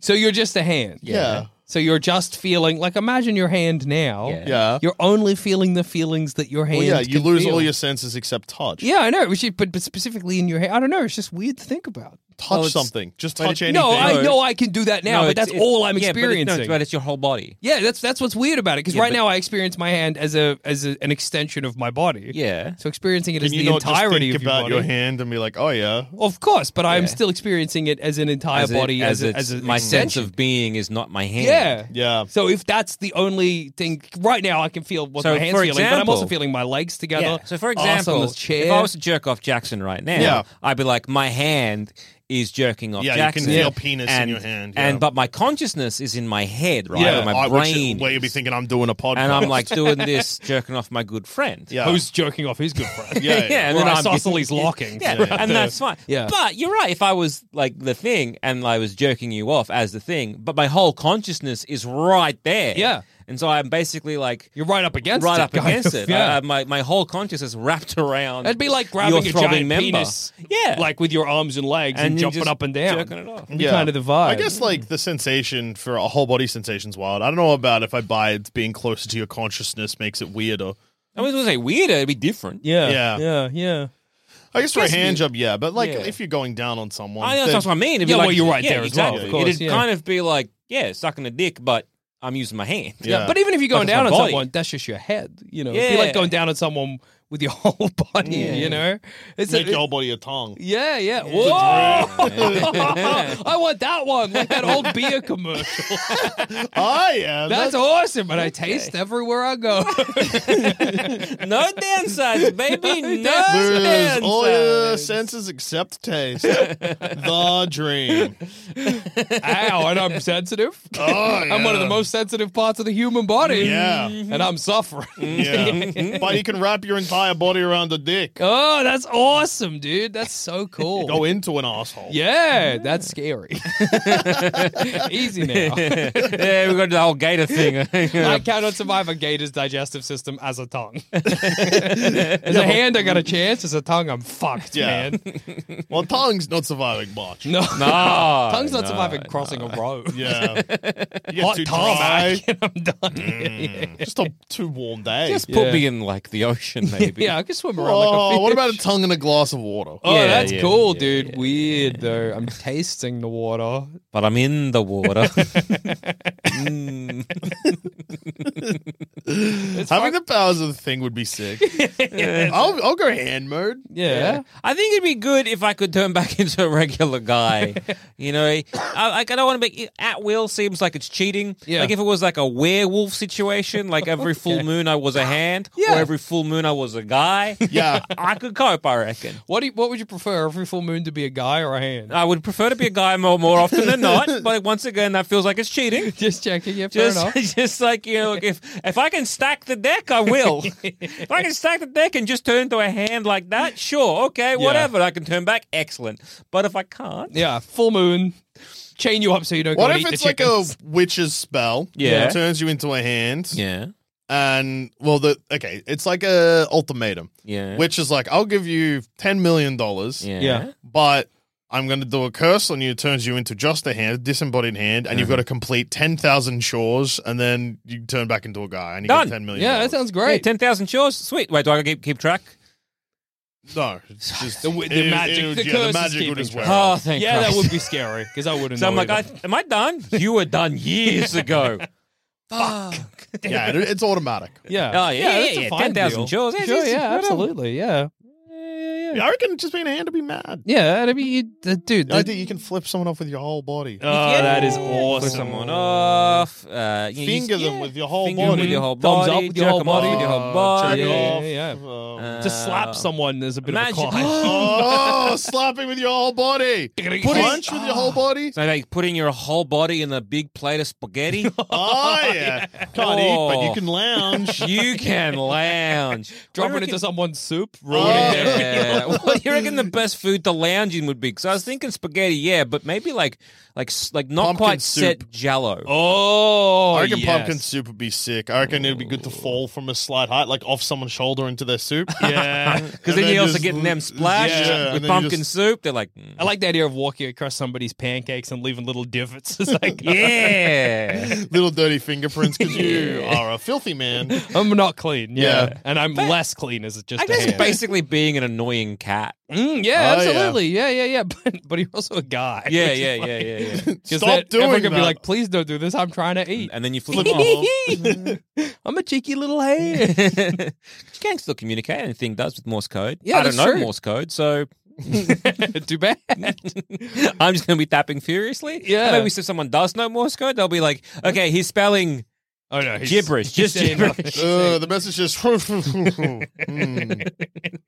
So you're just a hand. yeah. So you're just feeling like imagine your hand now. Yeah. Yeah. You're only feeling the feelings that your hand. Well, yeah. You can lose feel. all your senses except touch. Yeah, I know. Which is, but, but specifically in your hand, I don't know. It's just weird to think about. touch Well, it's- something. Just Wait, touch it- anything. No, I know I can do that now, No, but it's- that's it's- all I'm yeah, but it- no, it's- experiencing. but it's your whole body. yeah, that's that's what's weird about it. Because Yeah, right but- now I experience my hand as a as a, an extension of my body. Yeah. So experiencing it Can as you the not just entirety think of about your, your body. hand and be like, oh yeah, Of course, but I'm Yeah. still experiencing it as an entire As it- body as a, it's- as a my sense extension. of being is not my hand. yeah. yeah. So if that's the only thing right now, I can feel what So, my hands for feeling, but I'm also example- feeling my legs together. Yeah. So, for arse on the example, chair. if I was to jerk off Jackson right now, Yeah. I'd be like, my hand is jerking off Yeah, you can Jackson. feel penis in your hand, yeah. And but my consciousness is in my head, right? Or my I- which- brain. Where you'll be is. thinking I'm doing a podcast, and I'm like doing this, jerking off my good friend. yeah, who's jerking off his good friend? yeah, yeah. and Or then I'm isosceles getting- locking. Yeah, Yeah. and The- that's fine. yeah. But you're right. If I was like the thing and I was jerking you off as the thing, but my whole consciousness is right there. Yeah. And so I'm basically like You're right up against right it. up kind against of, it. Yeah. I- I- my, my whole consciousness wrapped around. That'd be like grabbing your a throbbing giant member. penis, Yeah. like with your arms and legs, and, then jumping just up and down. Jerking it off. That'd be kind of the vibe. I guess like the sensation for a whole body sensation's wild. I don't know about if I buy it being closer to your consciousness makes it weirder. I was going to say weirder. It'd be different. Yeah, Yeah. yeah, yeah. I guess for a hand job, yeah, but like Yeah. if you're going down on someone, I know that's what I mean. It'd be Yeah, like, well, you're right yeah, there as well, exactly. of course, It'd yeah. kind of be like, yeah, sucking a dick, but I'm using my hand. Yeah. But even if you're But going it's down my on body. someone, that's just your head. You know, it'd be Yeah. like going down on someone with your whole body. You know, it's make a, your whole body a tongue. yeah, yeah. Whoa! I want that one, like that old beer commercial. I am. That's awesome, but I taste everywhere I go. no downsides, baby. No Lose all your downsides. senses except taste. the dream. Ow, and I'm sensitive. Oh, yeah. I'm one of the most sensitive parts of the human body. Yeah. and I'm suffering. Yeah. but you can wrap your entire body around a dick. Oh, that's awesome, dude. That's so cool. Go into an asshole. Yeah, that's scary. Easy now. yeah, we got to do the whole gator thing. I cannot survive a gator's digestive system as a tongue. as a hand, I got a chance. As a tongue, I'm fucked, Yeah. man. Well, tongue's not surviving much. No. no, Tongue's not Oh, no. surviving crossing a road. Yeah. You get Hot too dry. tarmac. and I'm done. Just a too warm day. Just put Yeah. me in like the ocean, maybe. Yeah, I can swim around like a oh, fish. what about a tongue in a glass of water? Oh, Yeah, that's yeah, cool, yeah, dude. yeah, Weird though. I'm tasting the water. but I'm in the water. Having the powers of the thing would be sick. I'll, I'll go hand mode. Yeah. I think it'd be good if I could turn back into a regular guy. you know, I, I don't want to be at will. Seems like it's cheating. Yeah. Like if it was like a werewolf situation, like every full moon I was a hand, Yeah. or every full moon I was a guy. Yeah. I could cope. I reckon. What do you, what would you prefer? Every full moon to be a guy or a hand? I would prefer to be a guy more, more often than not, but once again, that feels like it's cheating. Just checking. Yeah, fair Just, enough. just like you know, if if I can stack the deck, I will. if I can stack the deck and just turn into a hand like that, sure, okay, whatever. I can turn back, excellent. But if I can't, Yeah, full moon. Chain you up so you don't What go and if eat it's the like a chickens. witch's spell? Yeah. It turns you into a hand. yeah, And well the okay, it's like a ultimatum. Yeah. Which is like, I'll give you ten million dollars, yeah, Yeah. but I'm gonna do a curse on you, it turns you into just a hand, disembodied hand, and you've Uh-huh. got to complete ten thousand chores and then you turn back into a guy and you Done. get ten million. Yeah, that sounds Hey, great. ten thousand chores, sweet. Wait, do I keep keep track? No. It's just The- the magic- the yeah, curse the is magic would keeping as track. well. Oh, thank yeah, that Christ. would be scary because I wouldn't. So I'm know like, I, either. am I done? You were done years ago. Fuck. yeah, it- it's automatic. yeah, Oh, yeah, that's yeah, a yeah, fine 10,000 deal. chores. Yeah, Sure, it's- it's yeah, whatever. absolutely, yeah, I reckon just being a hand would be mad. yeah. I mean, you, uh, dude, The the- idea you can flip someone off with your whole body. oh, that is Yeah. Flip awesome. someone off. Uh, you know, you- Finger them yeah. with your whole Finger them body. with your whole Thumbs body. up with your whole jerk 'em off body. With your whole Oh, body. Uh, yeah, yeah, yeah. yeah. To slap someone is a bit Imagine- of a climb. oh, slapping with your whole body. Punch with your whole body. So like putting your whole body in a big plate of spaghetti. Oh, yeah. Can't eat, Oh. but you can lounge. you can lounge. Dropping What do you into reckon- someone's soup, ruining Oh. their meal. Yeah. What do you reckon the best food to lounge in would be? Because I was thinking spaghetti, yeah, but maybe like like s- like not Pumpkin quite soup. set Jello. Oh, I reckon yes. pumpkin soup would be sick. I reckon it'd be Oh. good to fall from a slight height, like off someone's shoulder into their soup. Yeah. Because And then then you're also just- getting them splashed Yeah, and then with you pumpkin just- soup. They're like, mm, I like the idea of walking across somebody's pancakes and leaving little divots. It's like, yeah. Little dirty fingerprints because you are a filthy man. I'm not clean. Yeah. Yeah. And I'm less clean as just I a guess hand. basically being an annoying loving cat. Mm, yeah, Oh, yeah. absolutely. Yeah, yeah, yeah. But, but you're also a guy. Yeah, which is yeah, like- yeah, yeah, yeah. 'cause Stop that- doing everyone could be that. like, please don't do this. I'm trying to eat. And then you flip Flip them off. I'm a cheeky little hand. you can still communicate. Anything does with Morse code. Yeah, I that's don't know true. Morse code, so Too bad. I'm just going to be tapping furiously. Yeah. And maybe if someone does know Morse code, they'll be like, "Okay, he's spelling Oh no, he's- gibberish, he's just saying nothing. gibberish." Uh, the message is. Mm.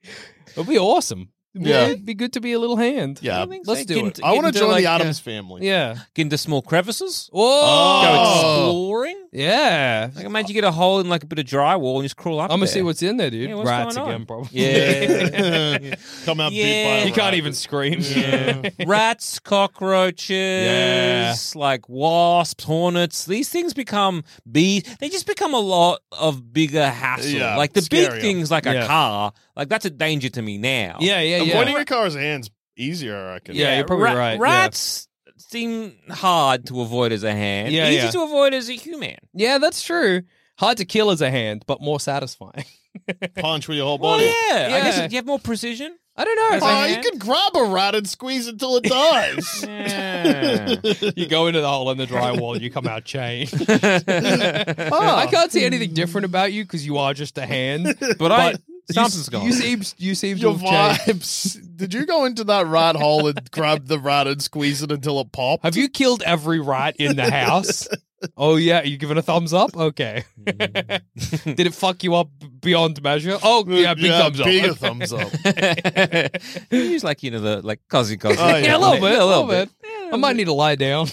It'll be awesome. Yeah. it'd be good to be a little hand. Yeah. I think Let's so. do Get it. into- I want to into, join like, the uh, Adams family. Yeah. Get into small crevices. Whoa. Go Oh. exploring. Yeah. Like imagine you get a hole in like a bit of drywall and just crawl up. I'm gonna there. see what's in there, dude. Yeah, what's Rats going on? again, probably. Yeah. Come out beat by Yeah. a you can't rat. even scream. Yeah. Rats, cockroaches, Yeah. like wasps, hornets. These things become bees. They just become a lot of bigger hassle. Yeah, like the scarier. big things, like Yeah. a car. Like that's a danger to me now. Yeah, yeah, yeah. Avoiding a car's hands easier, I reckon. Yeah, you're probably ra- right, yeah. Rats seem hard to avoid as a hand. Yeah, easy yeah. to avoid as a human. Yeah, that's true. Hard to kill as a hand, but more satisfying. Punch with your whole Well, body. yeah. I guess Yeah. if you have more precision. I don't know. As a Oh, you hand. could grab a rat and squeeze it till it dies. Yeah. you go into the hole in the drywall, you come out chained. I can't see anything different about you because you are just a hand. But, I- you- something's gone. You seem you seem to Your have changed. vibes. Did you go into that rat hole and grab the rat and squeeze it until it popped? Have you killed every rat in the house? oh yeah, you giving a thumbs up? Okay. Mm. Did it fuck you up beyond measure? Oh yeah, big thumbs up. Big Okay. thumbs up. you use like you know the like cozy cozy. Oh, Yeah, a little bit, a little bit. I might need to lie down.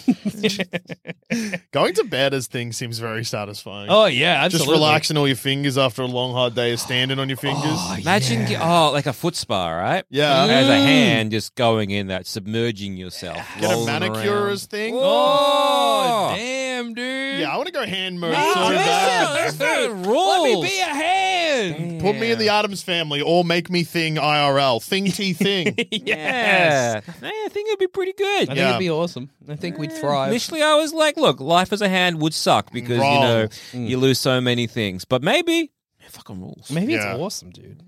Going to bed as things seems very satisfying. oh yeah, Just absolutely. Oh, relaxing all your fingers after a long hard day of standing on your fingers. Imagine ge- oh like a foot spa, right? Yeah. As Mm. a hand just going in that, submerging yourself. Get a rolling around. manicurist thing. Oh, damn, dude. Yeah, I want to go hand mode Ah, so that's bad. no- that's no Let rules. me be a hand. Put me in the Adams family or make me thing IRL. Thing T thing. Yeah. I think it'd be pretty good. I think Yeah. it'd be awesome. I think we'd thrive. Initially, I was like, look, life as a hand would suck because, Mm. Wrong. Mm. you know, you lose so many things. But maybe, fucking rules. Maybe Yeah. it's awesome, dude.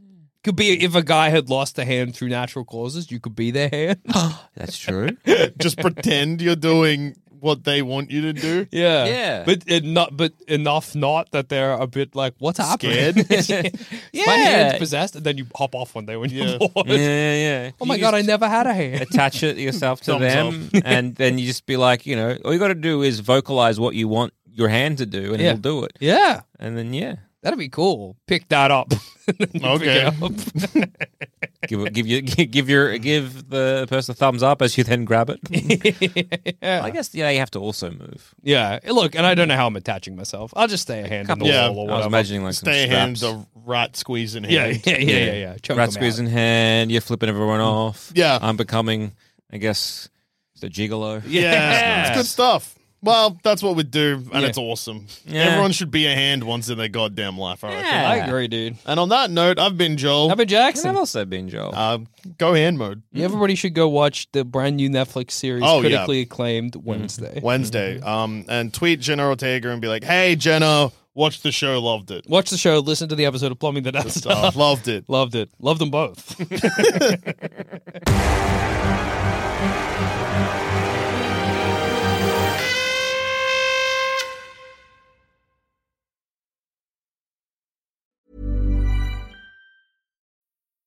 Could be if a guy had lost a hand through natural causes, you could be their hand. That's true. Just pretend you're doing what they want you to do. Yeah, Yeah. But it not, but enough not that they're a bit like, what's happening? Scared. yeah, my hand's Yeah. possessed, and then you hop off one day when Yeah. you're bored. yeah, yeah. Oh my god, I never had a hand. attach it yourself to Thumbs them, and then you just be like, you know, all you got to do is vocalize what you want your hand to do, and Yeah. it'll do it. Yeah, And then yeah, that'd be cool. Pick that up. Okay. give it- give you give your give the person a thumbs up as you then grab it. I yeah. guess yeah, you have to also move. yeah. Look, and I don't know how I'm attaching myself. I'll just stay a hand in the Yeah. wall or I was whatever. imagining like Stay some hands, straps. a rat squeezing yeah, hand. yeah, yeah, yeah, yeah. Choke rat 'em out. squeeze in hand. You're flipping everyone off. Mm. Yeah. I'm becoming. I guess the gigolo. Yeah. It's good stuff. Well, that's what we do, and Yeah. it's awesome. Yeah. Everyone should be a hand once in their goddamn life, I reckon. Yeah. I agree, dude. And on that note, I've been Joel. Abba And I've Jackson. also been Joel. uh, go hand mode. Everybody should go watch the brand new Netflix series, Oh, yeah. critically acclaimed Wednesday. Wednesday. Um, and tweet Jenna Ortega and be like, "Hey Jenna, watched the show, loved it, Watch the show, listen to the episode of Plumbing the Death Uh, Star. loved it." Loved it. Love them both.